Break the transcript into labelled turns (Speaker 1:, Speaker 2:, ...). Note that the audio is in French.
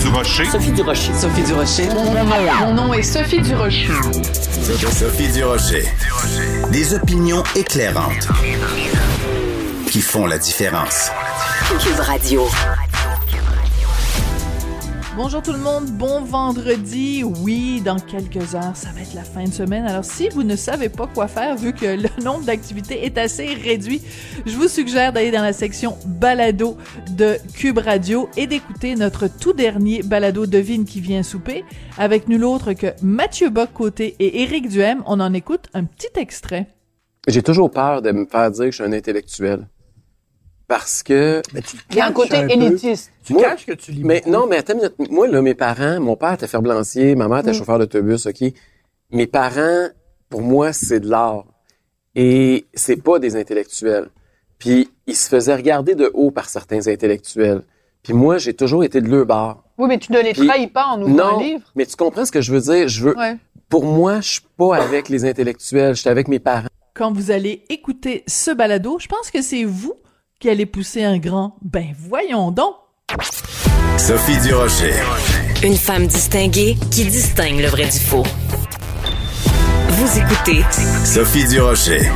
Speaker 1: Durocher.
Speaker 2: Sophie Durocher.
Speaker 3: Sophie Durocher.
Speaker 4: Mon nom est Sophie Durocher.
Speaker 5: Sophie Durocher. Des opinions éclairantes qui font la différence.
Speaker 6: Cube Radio.
Speaker 4: Bonjour tout le monde, bon vendredi. Oui, dans quelques heures, ça va être la fin de semaine. Alors si vous ne savez pas quoi faire, vu que le nombre d'activités est assez réduit, je vous suggère d'aller dans la section balado de Cube Radio et d'écouter notre tout dernier balado Devine qui vient souper avec nul autre que Mathieu Bock-Côté et Éric Duhem. On en écoute un petit extrait.
Speaker 7: J'ai toujours peur de me faire dire que je suis un intellectuel. Parce que.
Speaker 8: Mais tu
Speaker 3: Il y a un côté élitiste.
Speaker 8: Tu
Speaker 7: Moi-
Speaker 8: caches que tu lis.
Speaker 7: Mais
Speaker 8: beaucoup.
Speaker 7: non, mais attends une minute. Moi, là, mes parents, mon père était ferblancier, ma
Speaker 3: Mm.
Speaker 7: mère était chauffeur d'autobus, OK? Mes parents, pour moi, c'est de l'art. Et c'est pas des intellectuels. Puis, ils se faisaient regarder de haut par certains intellectuels. Puis moi, j'ai toujours été de leur bord.
Speaker 3: Oui, mais tu ne les
Speaker 7: Puis-
Speaker 3: trahis pas en ouvrant
Speaker 7: Non,
Speaker 3: un livre.
Speaker 7: mais tu comprends ce que je veux dire? Je veux...
Speaker 3: Ouais.
Speaker 7: Pour moi, je suis pas avec les intellectuels, je suis avec mes parents.
Speaker 4: quand vous allez écouter ce balado, je pense que c'est vous qui allez pousser un grand ben voyons donc.
Speaker 5: Sophie Durocher.
Speaker 6: Une femme distinguée qui distingue le vrai du faux. Vous écoutez
Speaker 5: Sophie Durocher.